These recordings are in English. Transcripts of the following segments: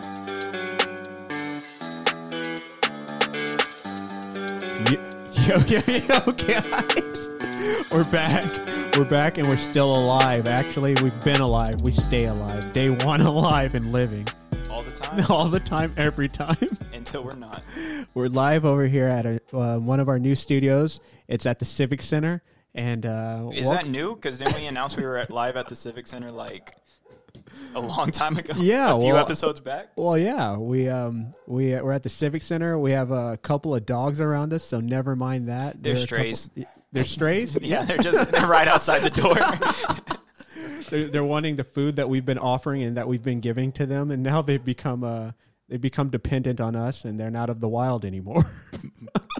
okay, okay, guys. We're back. We're back and we're still alive. Actually, we've been alive. We stay alive. Day one alive and living. all the time All the time, every time. until we're not. We're live over here at a, uh, one of our new studios. It's at the Civic Center. And uh, Is wel- that new? Because didn't we announce we were at live at the Civic Center like a long time ago? Yeah, a few well- episodes back. Well, yeah, we um we uh, we're at the Civic Center. We have a couple of dogs around us, so never mind that. They're There are a couple- strays. they're strays. Yeah, they're just they're right outside the door. they're, they're wanting the food that we've been offering and that we've been giving to them, and now they've become uh they've become dependent on us, and they're not of the wild anymore.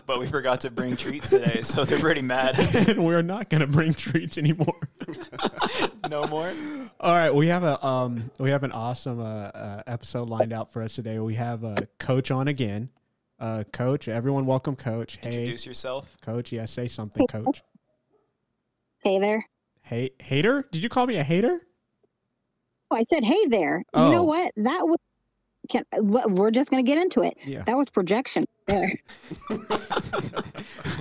but we forgot to bring treats today, so they're pretty mad. and we're not going to bring treats anymore. no more. All right, we have a um we have an awesome uh, uh episode lined out for us today. We have uh, coach on again. Uh, coach, everyone, welcome, coach. Hey, Introduce yourself. coach. Yeah, say something, coach. Hey there. Hey, hater? Did you call me a hater? Oh, I said, hey there. You Oh. know what? That was. Can, wh- we're just going to get into it. Yeah. That was projection. There.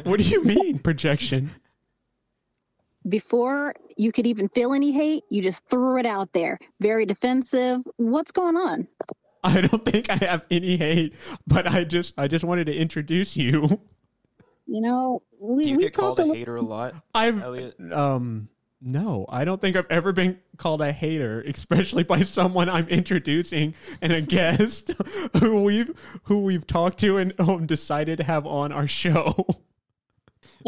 What do you mean projection? Before you could even feel any hate, you just threw it out there. Very defensive. What's going on? I don't think I have any hate, but I just I just wanted to introduce you. You know, Do we, you we get talked called a a little. hater a lot, I've Elliot? um no, I don't think I've ever been called a hater, especially by someone I'm introducing and a guest who we've who we've talked to and um, decided to have on our show.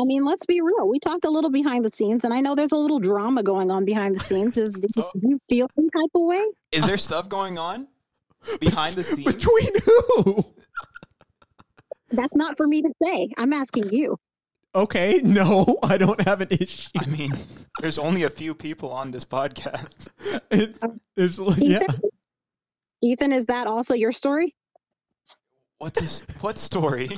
I mean, let's be real. We talked a little behind the scenes, and I know there's a little drama going on behind the scenes. Is, do Oh. you feel some type of way? Is there stuff going on behind the scenes? Between who? That's not for me to say. I'm asking you. Okay, no, I don't have an issue. I mean, there's only a few people on this podcast. It, it's, yeah. Ethan, Ethan is that also your story? What's this, what story?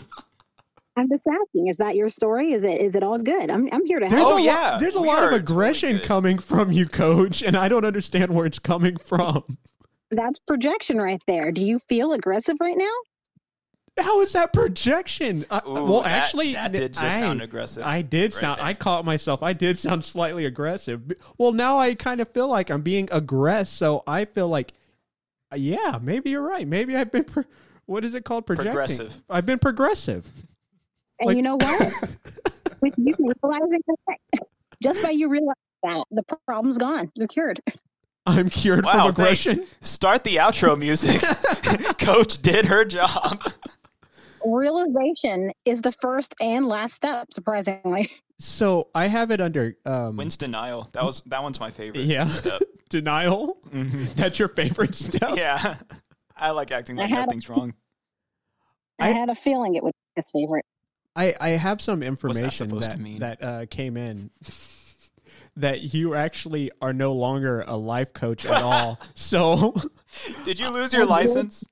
I'm just asking, is that your story? Is it is it all good? I'm I'm here to There's help. Oh, a lo- yeah. there's a We lot are of totally aggression good. coming from you, coach, and I don't understand where it's coming from. That's projection right there. Do you feel aggressive right now? How is that projection? I- Ooh, well, that- actually, that did just I, sound aggressive. I did right sound. there. I caught myself. I did sound slightly aggressive. B- Well, now I kind of feel like I'm being aggressive. So I feel like, uh, yeah, maybe you're right. Maybe I've been. Pro- what is it called? Projecting. Progressive. I've been progressive. And Like- you know what? With you realizing that, just by you realizing that, the problem's gone. You're cured. I'm cured Wow, from aggression. thanks. Start the outro music. Coach did her job. Realization is the first and last step, surprisingly. So I have it under. Um, When's denial? That was that one's my favorite. yeah, Step. denial. Mhm. That's your favorite step. Yeah. I like acting I like had a- nothing's wrong. I, I- had a feeling it was his favorite. I, I have some information supposed that to mean? that uh, came in that you actually are no longer a life coach at all. so Did you lose your I did. license?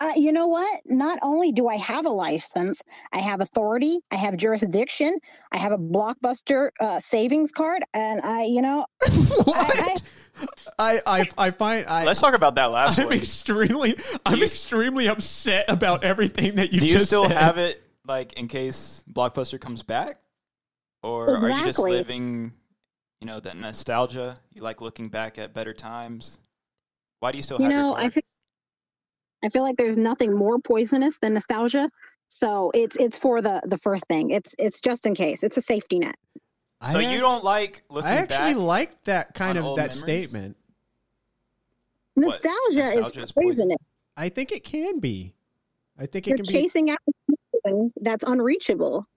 Uh, you know what? Not only do I have a license, I have authority, I have jurisdiction, I have a blockbuster uh, savings card, and I, you know, I, what? I, I I find I Let's talk about that last I'm one. extremely I'm you- extremely upset about everything that you Do just you still said. have it like in case Blockbuster comes back? Or are you just Exactly. living, you know, that nostalgia? You like looking back at better times? Why do you still you have know, your I card? feel, I feel like there's nothing more poisonous than nostalgia. So it's it's for the the first thing. It's it's just in case. It's a safety net. so I, you ac- don't like looking I actually back? like that kind of on old that memories? statement. What? Nostalgia, Nostalgia is is poison. poisonous. I think it can be. I think You're it can be chasing after something that's unreachable.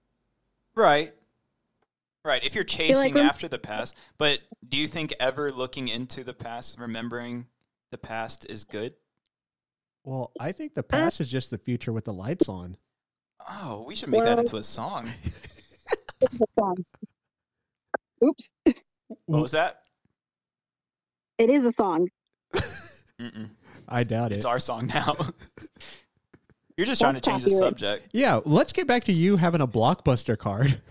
Right. Right. If you're chasing when- after the past, but do you think ever looking into the past, remembering the past is good? well, I think the past is just the future with the lights on. Oh, we should make that Well- into a song. Oops, What was that? it is a song. Mm-mm. I doubt it. It's our song now. You're just trying to That's change the copyright. subject. Yeah, let's get back to you having a blockbuster card.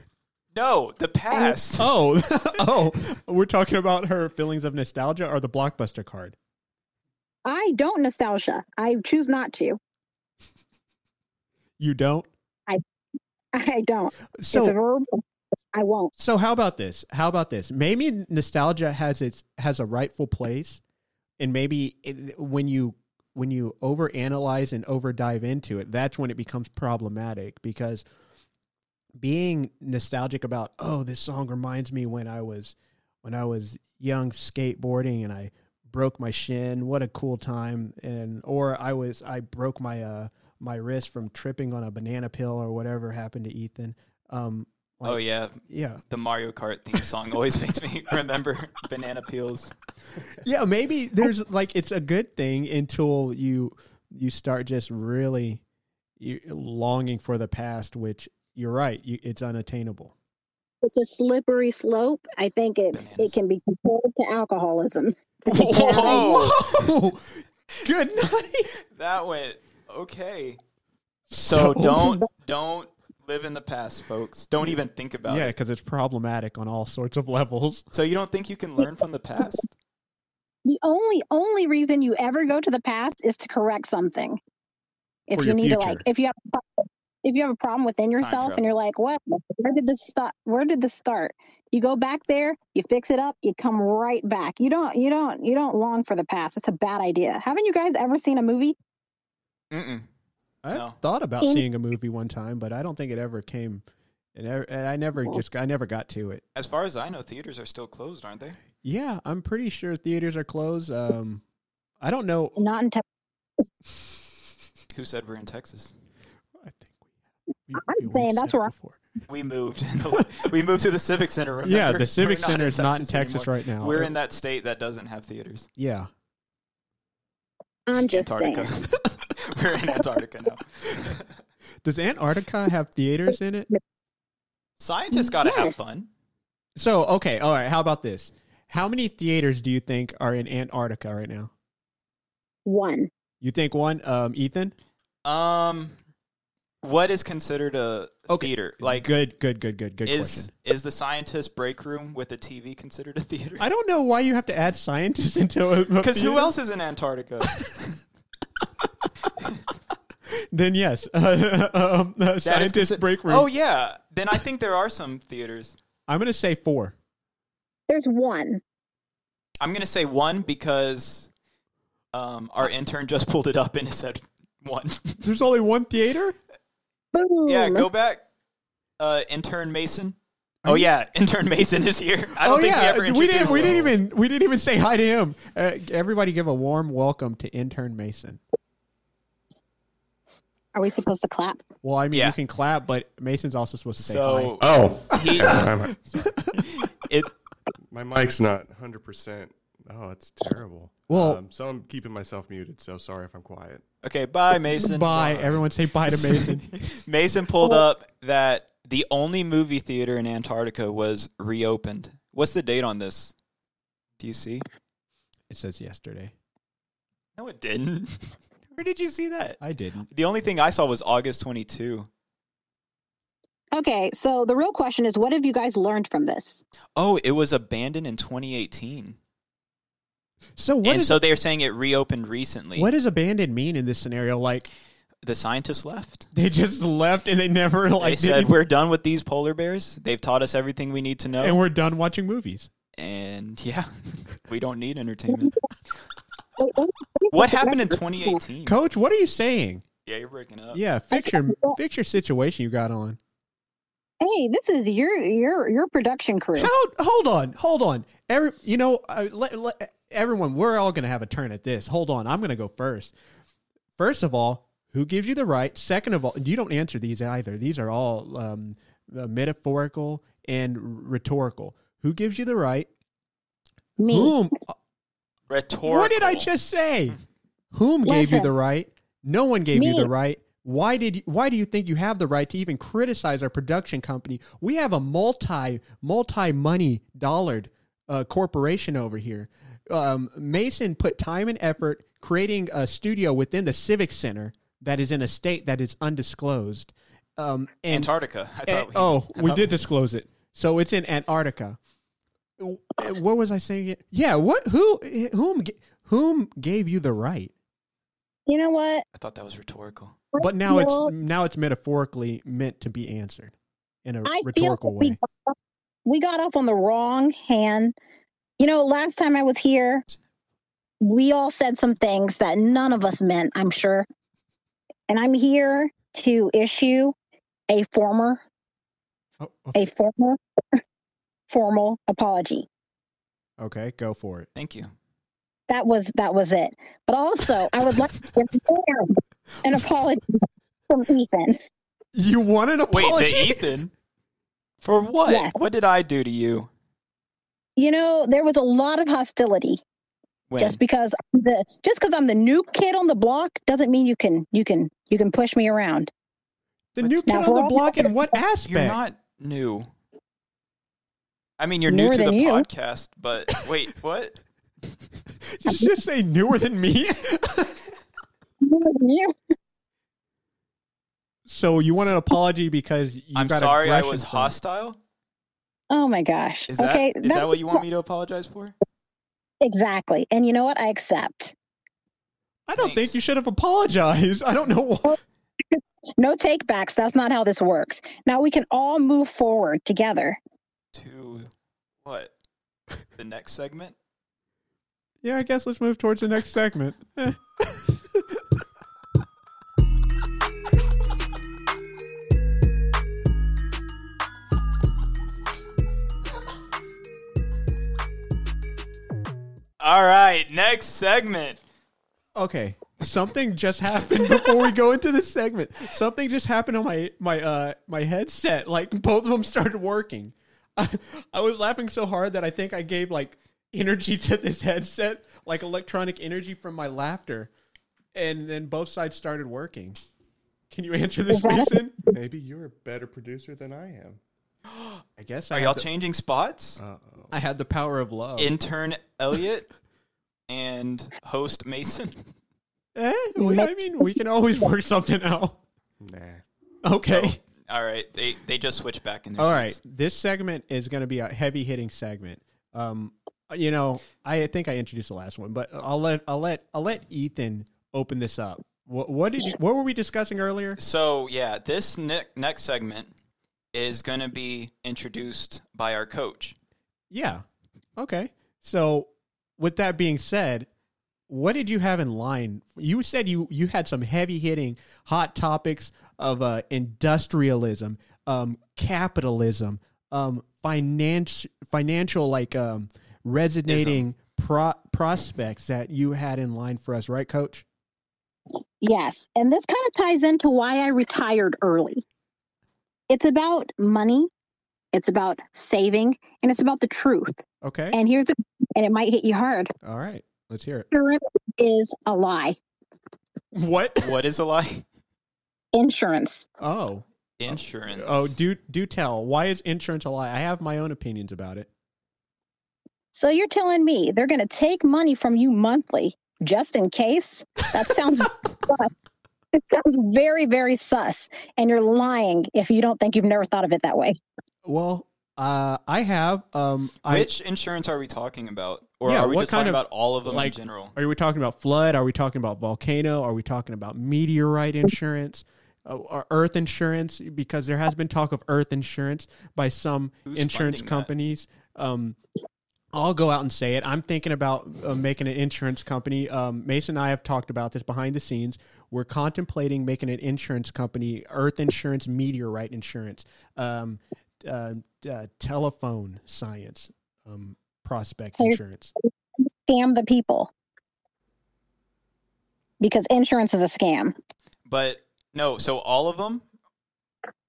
No, the past. Oh, oh, we're talking about her feelings of nostalgia or the blockbuster card. I don't nostalgia. I choose not to. You don't? I don't. it's a So verb. I won't. so how about this? How about this? Maybe nostalgia has its has a rightful place, and maybe it, when you when you overanalyze and overdive into it, that's when it becomes problematic because being nostalgic about oh this song reminds me when I was when I was young skateboarding and I broke my shin what a cool time and or I was I broke my uh my wrist from tripping on a banana peel or whatever happened to Ethan um like, oh yeah, yeah the Mario Kart theme song always makes me remember banana peels. yeah maybe Oh. there's like it's a good thing until you you start just really you longing for the past which you're right you, it's unattainable It's a slippery slope. I think it's Bananas. it can be compared to alcoholism. Whoa, Whoa! good night that went okay. So don't don't live in the past, folks. Don't even think about yeah it. because it's problematic on all sorts of levels So you don't think you can learn from the past? The only only reason you ever go to the past is to correct something. If For you your need to future. like if you have a problem- if you have a problem within yourself travel. and you're like, what where did this start where did this start? You go back there, you fix it up, you come right back. You don't you don't you don't long for the past. It's a bad idea. Haven't you guys ever seen a movie? Mm-mm. i No. thought about In- seeing a movie one time but i don't think it ever came and I- and I never just I never got to it. As far as I know, theaters are still closed, aren't they? Yeah, I'm pretty sure theaters are closed. Um, I don't know. Not in Texas. Who said we're in Texas? I think we. we I'm we've saying that's said where I- before. We moved. we moved to the Civic Center. Remember? Yeah, the We're Civic Center is not in Texas anymore. right now. We're in that state that doesn't have theaters. Yeah. I'm just Antarctica. saying. We're in Antarctica now. Does Antarctica have theaters in it? Scientists gotta have Yes. fun. So okay, all right. How about this? How many theaters do you think are in Antarctica right now? One. You think one? Um, Ethan. Um, what is considered a Okay. theater? Like, good, good, good, good, good is question. is the scientist break room with a TV considered a theater? I don't know why you have to add scientists into it. Because who else is in Antarctica? Then yes, um, uh, That is scientist consi- break room. Oh yeah. Then I think there are some theaters. I'm gonna say four. There's one. I'm gonna say one because um, our intern just pulled it up and it said one. There's only one theater. Boom. yeah, go back. Uh, intern Mason. Oh yeah, intern Mason is here. I don't oh think yeah, we ever we didn't. introduced We didn't him. even. We didn't even say hi to him. Uh, everybody, give a warm welcome to intern Mason. Are we supposed to clap? Well, I mean, Yeah. you can clap, but Mason's also supposed to say So Oh, he I'm- it my mic's not 100%. Oh, it's terrible. Well- um, so I'm keeping myself muted, so sorry if I'm quiet. okay. Bye, hi. Mason. Bye, everyone. Say bye to Mason. Mason pulled up that the only movie theater in Antarctica was reopened. What's the date on this? Do you see? it says yesterday. No, it didn't. Where did you see that? I didn't. The only thing I saw was August 22. Okay, so the real question is what have you guys learned from this? Oh, it was abandoned in 2018. So what and is so they're saying it reopened recently. what does abandoned mean in this scenario? Like the scientists left. they just left and they never They like said did we're done with these polar bears. They've taught us everything we need to know. and we're done watching movies. and yeah, we don't need entertainment. Wait, wait, wait. What happened in 2018? Coach, what are you saying? Yeah, you're breaking up. Yeah, fix your fix your situation you got on. Hey, this is your your your production crew. How? Hold on, hold on. Every, you know, uh, let, let- everyone, we're all gonna have a turn at this. Hold on, I'm gonna go first. First of all, who gives you the right? Second of all, you don't answer these either. These are all um, uh, metaphorical and rhetorical. Who gives you the right? Me. Whom? Rhetorical. What did I just say? Whom gave you Listen. the right? No one gave you Me. the right. Why did you, why do you think you have the right to even criticize our production company? We have a multi multi money dollared uh, corporation over here. Um, Mason put time and effort creating a studio within the Civic Center that is in a state that is undisclosed. Um, and Antarctica. I Eh, thought. we, oh, I we thought did disclose it. So it's in Antarctica. W- eh, What was I saying? it- Yeah. What? Who? eh, Whom? g- Whom gave you the right? You know what? I thought that was rhetorical. but now it's feel- now it's metaphorically meant to be answered in a I feel rhetorical that we way. got, off, we got off on the wrong hand. You know, last time I was here, we all said some things that none of us meant, I'm sure. And I'm here to issue a former Oh, a okay. formal formal apology. okay, go for it. Thank you. That was that was it. But also, I would like to give Sam an apology from Ethan. You want an Wait, apology? to Ethan? For what? Yes. What did I do to you? You know, there was a lot of hostility When? just because I'm the just because I'm the new kid on the block doesn't mean you can you can you can push me around. the new kid Now, on we're the all- block in what aspect? You're not new. I mean, you're new Newer to the than you. podcast, but wait, what? Did you just say newer than me? You so you want an apology because you I'm got sorry I aggression was from- hostile. Oh my gosh. Is okay. that is that what you want me to apologize for? Exactly. And you know what? I accept. I don't think Thanks. you should have apologized. I don't know why. No take backs. That's not how this works. Now we can all move forward together. To what? The next segment? Yeah, I guess let's move towards the next segment. Eh. All right, next segment. okay something just happened before we go into this segment something just happened on my my uh my headset like both of them started working I, I was laughing so hard that i think i gave like energy to this headset like electronic energy from my laughter and then both sides started working can you answer this mason Maybe you're a better producer than I am. i guess I Are had, y'all the, changing spots? Uh oh. I had the power of love Intern Elliot and host Mason. eh, we- i mean we can always work something out Nah. okay Oh, All right, they they just switched back in their All right, seats. this segment is going to be a heavy hitting segment. Um, you know, I think I introduced the last one, but I'll let I'll let I'll let Ethan open this up. What, what did you, what were we discussing earlier? So yeah, this ne- next segment is going to be introduced by our coach. Yeah. Okay. So, with that being said, what did you have in line? You said you you had some heavy hitting hot topics of uh, industrialism, um, capitalism, um, finance, financial like um, resonating pro- prospects that you had in line for us, right, Coach? Yes. And this kind of ties into why I retired early. It's about money, it's about saving, and it's about the truth. Okay. And here's a, and it might hit you hard. All right. Let's hear it. Insurance is a lie. What? What is a lie? Insurance. Oh. Insurance. Oh, do do tell. Why is insurance a lie? I have my own opinions about it. So you're telling me they're going to take money from you monthly just in case? That sounds sus. It sounds very, very sus. And you're lying if you don't think you've never thought of it that way. Well, uh, I have. Um, I, Which insurance are we talking about? Or Yeah, are we what just kind talking of- about all of them like- in general? Are we talking about flood? Are we talking about volcano? Are we talking about meteorite insurance? Uh, or earth insurance? Because there has been talk of earth insurance by some Who's insurance funding that? companies. Um, I'll go out and say it. I'm thinking about uh, making an insurance company. Um, Mason and I have talked about this behind the scenes. We're contemplating making an insurance company, earth insurance, meteorite insurance, um, uh, uh, telephone science, um, prospect So you're- insurance. Scam the people. Because insurance is a scam. But no, so all of them?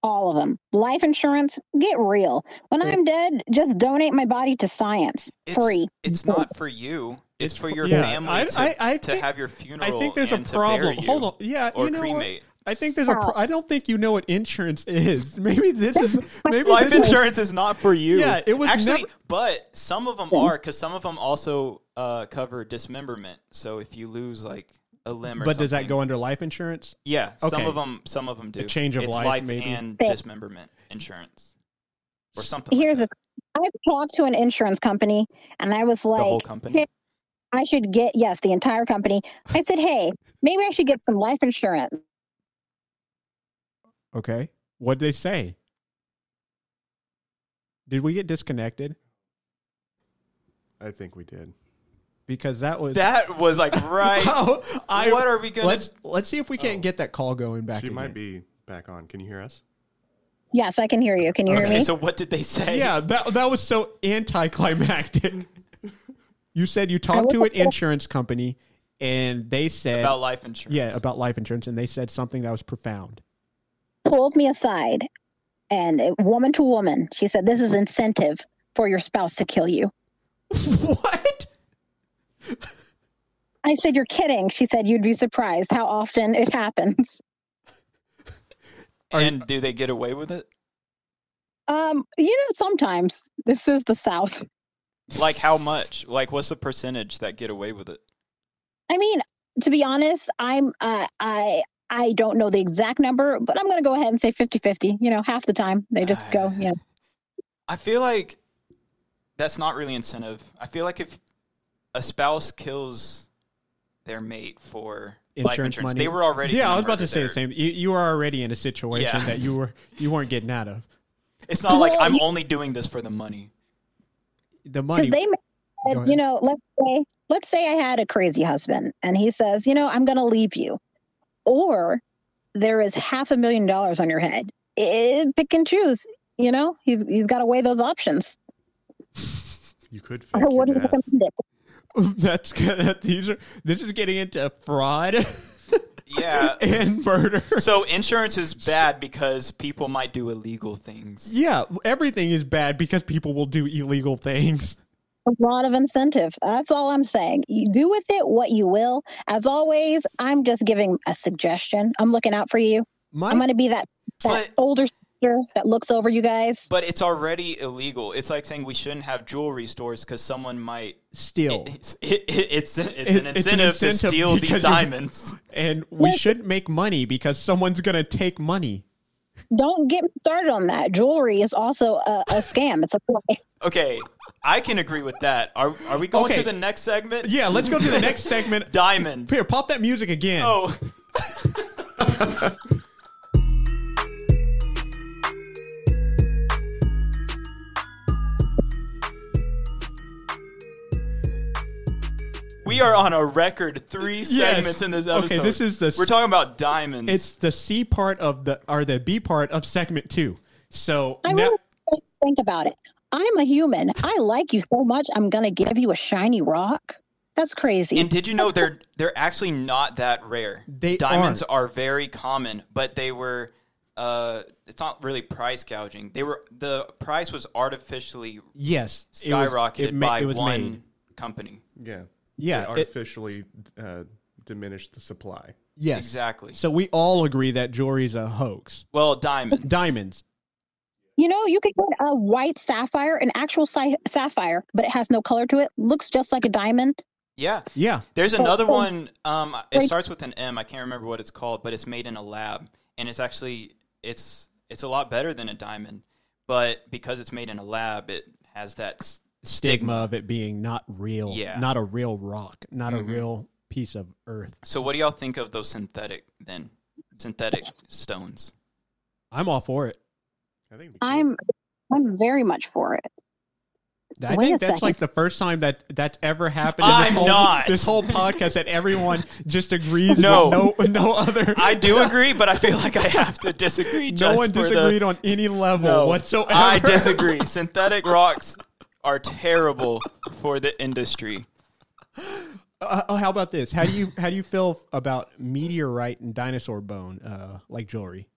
All of them. Life insurance, get real. When I'm dead, just donate my body to science. It's, Free. It's not for you. It's, for your yeah. family I- to, I- I to think- have your I funeral. think there's a and to bury problem. you Hold on. Yeah, Or you know what? cremate. I think there's a. Pro- Wow. I don't think you know what insurance is. Maybe this is. Maybe Life this is- insurance is not for you. Yeah, it was actually, never- but some of them are because some of them also uh, cover dismemberment. So if you lose like a limb, or But does that something- go under life insurance? Yeah, Okay. some of them, some of them do. A change of it's life, life, maybe? and But- dismemberment insurance, or something. Here's like a I've talked to an insurance company and I was that. like the whole company. "Hey, I should get yes, the entire company. I said, "Hey, maybe I should get some life insurance." Okay. What'd they say? Did we get disconnected? I think we did. Because that was That was like right. Oh, I, what are we gonna? let's let's see if we can't Oh. get that call going back. she again. might be back on. Can you hear us? Yes, I can hear you. Can you hear okay, me? so what did they say? Yeah, that that was so anticlimactic. you said you talked to an insurance company, and they said about life insurance. yeah about life insurance, and they said something that was profound. pulled me aside and uh, woman to woman, she said, This is incentive for your spouse to kill you. what? I said, You're kidding. She said, You'd be surprised how often it happens. and do they get away with it? Um, you know, sometimes this is the South. Like how much? Like what's the percentage that get away with it? I mean, to be honest, I'm uh, I I don't know the exact number, but I'm going to go ahead and say 50-50. You know, half the time they just go, you know, I feel like that's not really incentive. I feel like if a spouse kills their mate for life Insurance insurance, money. they were already. Yeah, gonna I was about to murder say the their- same. You, you were already in a situation Yeah. that you were you weren't getting out of. It's not like Well, I'm you- only doing this for the money. The Because money. they, Go ma- ahead. you know, let's say, let's say I had a crazy husband and he says, you know, I'm going to leave you, or there is half a million dollars on your head. Eh, pick and choose. You know, he's he's got to weigh those options. You could fake I your wouldn't death. recommend Uh, it. That's good. These are this is getting into fraud Yeah. and murder. so insurance is bad because people might do illegal things. Yeah, everything is bad because people will do illegal things. A lot of incentive. That's all I'm saying. You do with it what you will. As always, I'm just giving a suggestion. I'm looking out for you. My I'm going to be that, that But- older sister that looks over you guys. But it's already illegal. It's like saying we shouldn't have jewelry stores because someone might. still, It's, it, it, it's, it's It- an it's an incentive to incentive steal these because you're- diamonds. and we should make money because someone's gonna take money. Don't get me started on that. Jewelry is also a, a scam. It's a ploy. Okay, I can agree with that. Are are we going Okay. to the next segment? Yeah, let's go to the next segment. Diamonds. Here, pop that music again. Oh, we are on a record three Yes. segments in this Okay, episode. this is the s- We're talking about diamonds. It's the C part of the or the B part of segment two. So I now, really want to think about it. I'm a human. I like you so much. I'm going to give you a shiny rock. That's crazy. and did you know they're they're actually not that rare? They diamonds are very common, but they were. Uh, it's not really price gouging. They were the price was artificially yes, it was- skyrocketed ma- by one company. Yeah. Yeah, They it- artificially uh, diminished the supply. Yes, Exactly. So we all agree that jewelry's a hoax. Well, diamonds. Diamonds. You know, you could get a white sapphire, an actual si- sapphire, but it has no color to it. Looks just like a diamond. yeah. Yeah. There's another oh. one. Um, it Wait. starts with an M. I can't remember what it's called, but it's made in a lab, and it's actually it's it's a lot better than a diamond, but because it's made in a lab, it has that s- Stigma of it being not real. Yeah. Mm-hmm. Not a real rock. Not a real piece of earth. So, what do y'all think of those synthetic then? Synthetic stones. I'm all for it. I think it'd be cool. I'm, I'm very much for it. I Wait think a that's second. like the first time that that's ever happened. in I'm this whole, not. This whole podcast that everyone just agrees. No. with no, no other. I do agree, but I feel like I have to disagree. no just one for the- disagreed on any level No, whatsoever. I disagree. Synthetic rocks are terrible for the industry. Uh, oh, how about this? How do you how do you feel about meteorite and dinosaur bone, uh, like jewelry?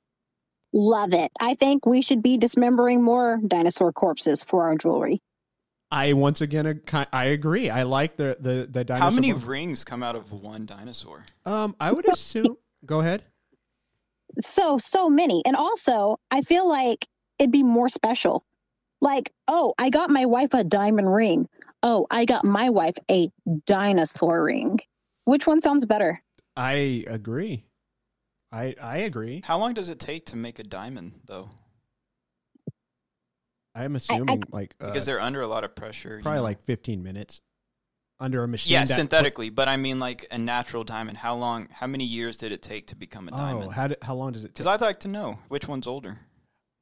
Love it. I think we should be dismembering more dinosaur corpses for our jewelry. I once again ag- I agree. I like the the the dinosaur. How many bone. rings come out of one dinosaur? Um, I would assume. Go ahead. so so many and also i feel like it'd be more special like oh i got my wife a diamond ring oh i got my wife a dinosaur ring which one sounds better I agree. I I agree. How long does it take to make a diamond, though? I'm assuming like uh, Because they're under a lot of pressure. you probably know? like 15 minutes. under a machine. Yeah, that- synthetically, but I mean like a natural diamond. How long? How many years did it take to become a Oh, diamond? how, do, how long does it Because take? I'd like to know which one's older.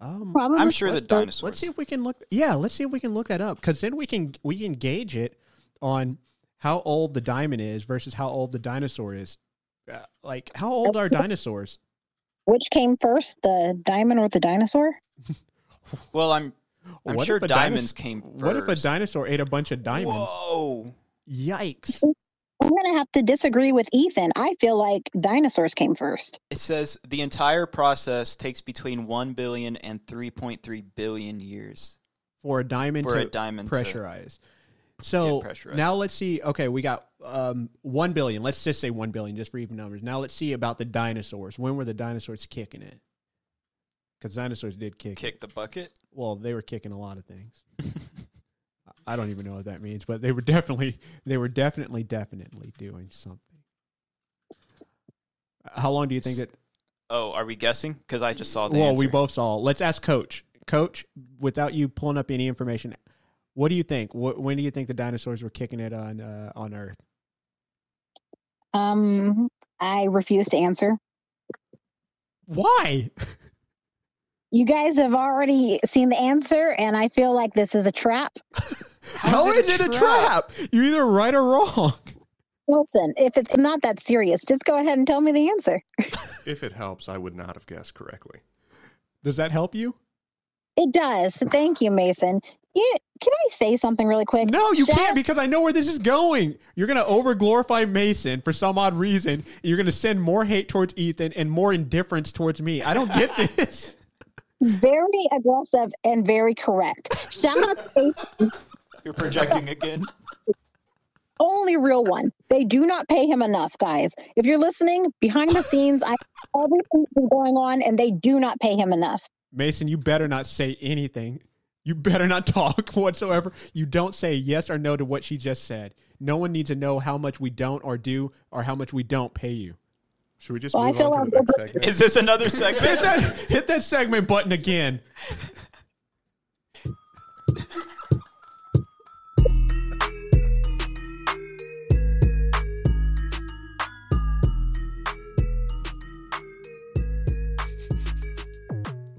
Um, Probably. I'm sure the Let- dinosaurs. Let's see if we can look. Yeah, let's see if we can look that up because then we can we can gauge it on how old the diamond is versus how old the dinosaur is. Uh, like, how old are dinosaurs? Which came first, the diamond or the dinosaur? Well, I'm. I'm sure if a diamonds dinos- came first. What if a dinosaur ate a bunch of diamonds? Whoa! Yikes! I'm going to have to disagree with Ethan. I feel like dinosaurs came first. It says the entire process takes between 1 billion and 3.3 billion years For a diamond for to a diamond to pressurize. So Yeah, pressurize. now let's see. Okay, we got um, one billion. Let's just say one billion, just for even numbers. Now let's see about the dinosaurs. When were the dinosaurs kicking it? Because dinosaurs did kick. it. kick the bucket. well, they were kicking a lot of things. I don't even know what that means, but they were definitely they were definitely definitely doing something. How long do you think that? Oh, are we guessing? Because I just saw the Well, we answer. both saw. Let's ask Coach. Coach, without you pulling up any information, what do you think? Wh- when do you think the dinosaurs were kicking it on uh, on Earth? Um, I refuse to answer. Why? You guys have already seen the answer, and I feel like this is a trap. How is it a trap? You're either right or wrong. Wilson, if it's not that serious, just go ahead and tell me the answer. If it helps, I would not have guessed correctly. Does that help you? It does. Thank you, Mason. You, can I say something really quick? No, you Just- can't because I know where this is going. You're going to over glorify Mason for some odd reason. And you're going to send more hate towards Ethan and more indifference towards me. I don't get this. Very aggressive and very correct. Shout out to Mason, You're projecting again. only real one. They do not pay him enough, guys. If you're listening, behind the scenes, I everything that's going on, and they do not pay him enough. Mason, you better not say anything. You better not talk whatsoever. You don't say yes or no to what she just said. No one needs to know how much we don't or do or how much we don't pay you. Should we just Well, I move feel on to the like- next segment? Is this another Hit segment? that, hit that segment button again.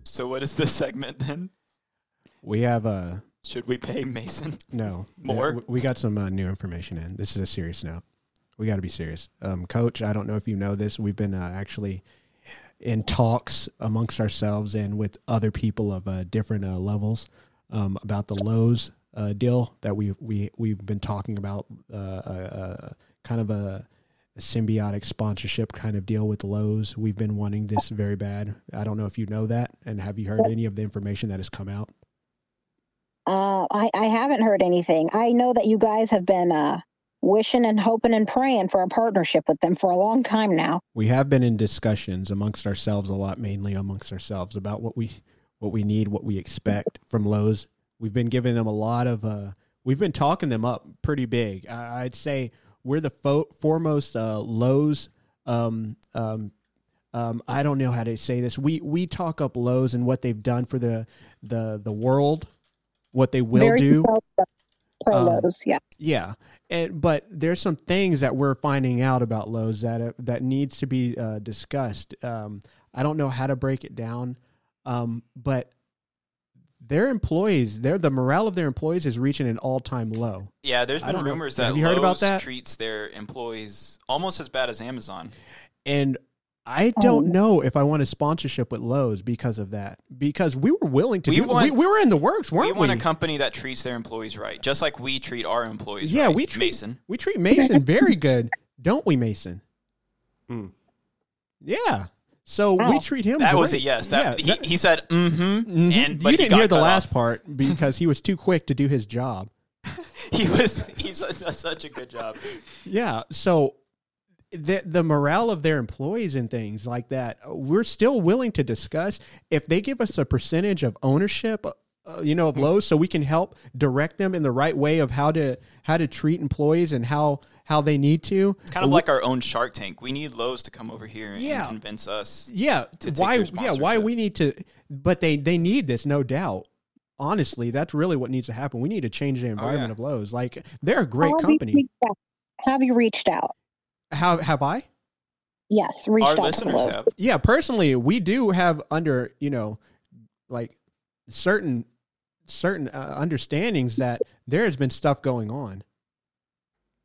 so what is this segment then? We have a Should we pay Mason? No. More? Uh, w- We got some uh, new information in. This is a serious note. We got to be serious. Um, Coach, I don't know if you know this. We've been uh, actually in talks amongst ourselves and with other people of uh, different uh, levels um, about the Lowe's uh, deal that we we we've been talking about, uh, uh, uh, kind of a, a symbiotic sponsorship kind of deal with Lowe's. We've been wanting this very bad. I don't know if you know that, and have you heard any of the information that has come out? Uh, I, I haven't heard anything. I know that you guys have been uh, wishing and hoping and praying for a partnership with them for a long time now. we have been in discussions amongst ourselves a lot mainly amongst ourselves about what we what we need what we expect from lowe's we've been giving them a lot of uh we've been talking them up pretty big I, i'd say we're the fo- foremost uh lowe's um um um, I don't know how to say this. We we talk up Lowe's and what they've done for the the the world, what they will Very do. pro- Pro Um, Lowe's, yeah. Yeah, and, but there's some things that we're finding out about Lowe's that uh, that needs to be uh, discussed. Um, I don't know how to break it down, um, but their employees, their the morale of their employees is reaching an all time low. Yeah, there's I been don't know. rumors Have that you heard about Lowe's that? treats their employees almost as bad as Amazon. and I Oh. don't know if I want a sponsorship with Lowe's because of that. Because we were willing to We do, want- we, we were in the works, We weren't we? want a company that treats their employees right, just like we treat our employees. yeah, right, we treat Mason. we treat Mason very good, don't we, Mason? Mm. Yeah. So we Wow. treat him. That was a great. yes. That, Yeah, he, he said, mm-hmm, Mhm. and but you he didn't got hear the cut last off. part because he was too quick to do his job. He was he's such a good job. Yeah. So the the morale of their employees and things like that, we're still willing to discuss if they give us a percentage of ownership. Uh, you Hmm. know of Lowe's, so we can help direct them in the right way of how to how to treat employees and how how they need to. It's kind of like our own Shark Tank. We need Lowe's to come over here and Yeah. convince us. yeah to take why their yeah why sponsorship. we need to but they they need this no doubt honestly, that's really what needs to happen. We need to change the environment Oh, yeah. of Lowe's. Like they're a great Have you company. reached out? Have you reached out? Have have I? Yes, reached Our out to listeners Lowe's. have. Yeah, personally, we do have under you know, like certain certain uh, understandings that there has been stuff going on.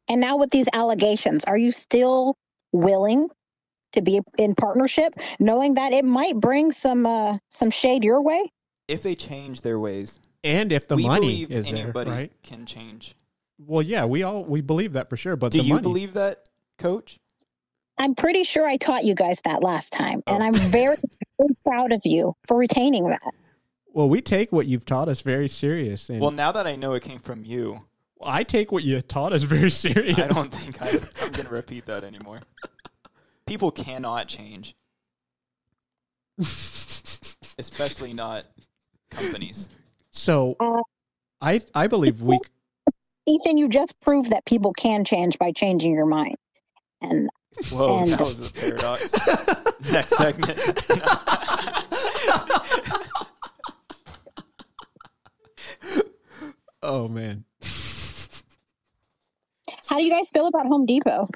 And now with these allegations, are you still willing to be in partnership, knowing that it might bring some uh, some shade your way? If they change their ways, And if the we money believe is there, anybody right? can change. Well, yeah, we all we believe that for sure. But Do the you money, believe that, Coach? I'm pretty sure I taught you guys that last time, and Oh. I'm very, very proud of you for retaining that. Well, we take what you've taught us very serious, and Well, now that I know it came from you, I take what you taught us very serious. I don't think I, I'm going to repeat that anymore. People cannot change, especially not companies. so Uh, I I believe we Ethan, you just proved that people can change by changing your mind. And Whoa, And- that was a paradox. Next segment. oh man. how do you guys feel about Home Depot?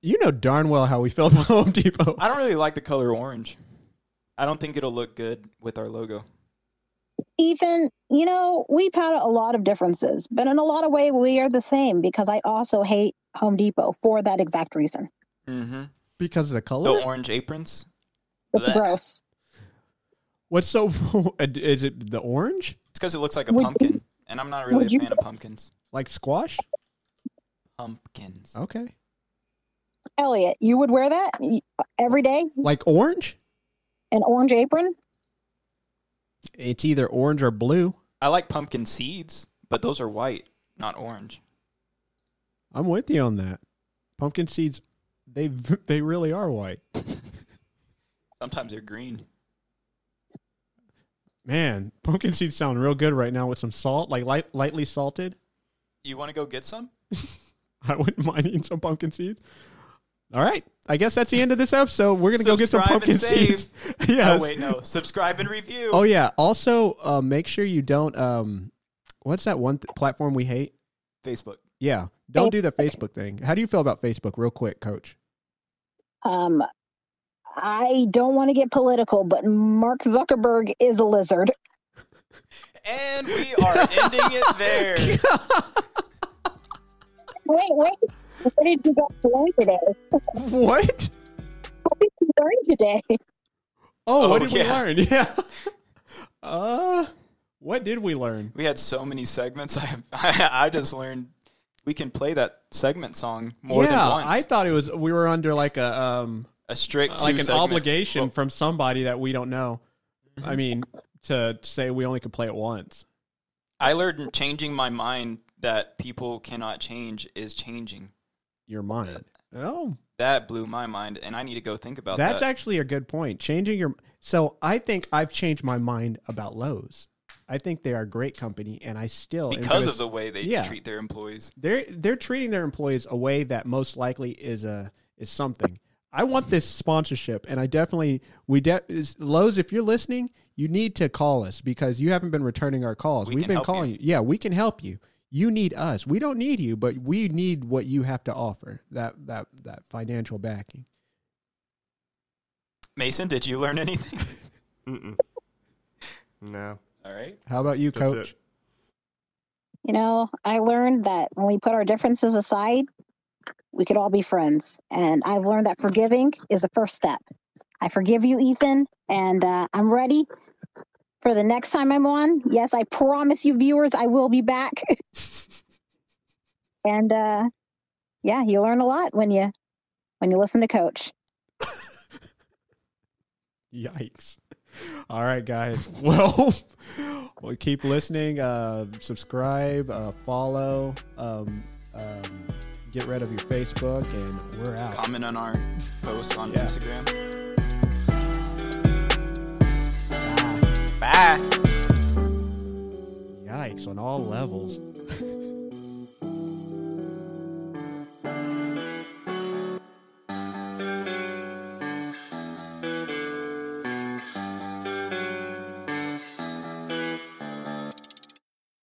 You know darn well how we feel about Home Depot. I don't really like the color orange. I don't think it'll look good with our logo. Ethan, you know, we've had a lot of differences, but in a lot of ways, we are the same because I also hate Home Depot for that exact reason. Mm-hmm. Because of the The color? orange aprons. It's Blech. gross. What's so is it the orange? It's because it looks like a Would you- pumpkin, and I'm not really would a you- fan of pumpkins. Like squash? Pumpkins. Okay. Elliot, you would wear that y- every day? Like orange? An orange apron? It's either orange or blue. I like pumpkin seeds, but those are white, not orange. I'm with you on that. Pumpkin seeds they they really are white. Sometimes they're green. Man, pumpkin seeds sound real good right now with some salt, like light, lightly salted. You want to go get some? I wouldn't mind eating some pumpkin seeds. All right. I guess that's the end of this episode. We're going to go get some Subscribe pumpkin and save. seeds. yes. Oh wait, no. Subscribe and review. Oh, yeah. Also, uh, make sure you don't. Um, what's that one th- platform we hate? Facebook. Yeah. Don't do the Facebook thing. How do you feel about Facebook, real quick, coach? Um, I don't want to get political, but Mark Zuckerberg is a lizard. And we are ending it there. Wait, wait. What did you guys learn today? What? What did you learn today? Oh, what Oh, did we yeah. learn? Yeah. uh, what did we learn? We had so many segments. I I, I just learned we can play that segment song more yeah, than once. I thought it was we were under like a um a like strict two Oh. an segment. obligation Well, from somebody that we don't know. Mm-hmm. I mean, to say we only could play it once. I learned changing my mind that people cannot change is changing. Your mind. Oh, That blew my mind, and I need to go think about that's that. actually a good point. Changing your so I think I've changed my mind about Lowe's. I think they are a great company, and I still am because gonna of the way they Yeah. treat their employees. they're they're treating their employees a way that most likely is a is something. I want this sponsorship, and I definitely we de- is, Lowe's. If you're listening, you need to call us because you haven't been returning our calls. We We have can been help calling you. Yeah, we can help you. You need us. We don't need you, but we need what you have to offer. That that that financial backing. Mason, did you learn anything? Mm-mm. No, All right. How about you, That's Coach? it. You know, I learned that when we put our differences aside, we could all be friends. And I've learned that forgiving is the first step. I forgive you, Ethan, and uh, I'm ready for the next time I'm on. Yes, I promise you, viewers, I will be back. and uh, yeah, you learn a lot when you when you listen to Coach. Yikes. All right, guys. Well, well keep listening. Uh, subscribe, uh, follow, um, um, get rid of your Facebook, and we're out. Comment on our post on Yeah. Instagram. Bye. Yikes on all levels.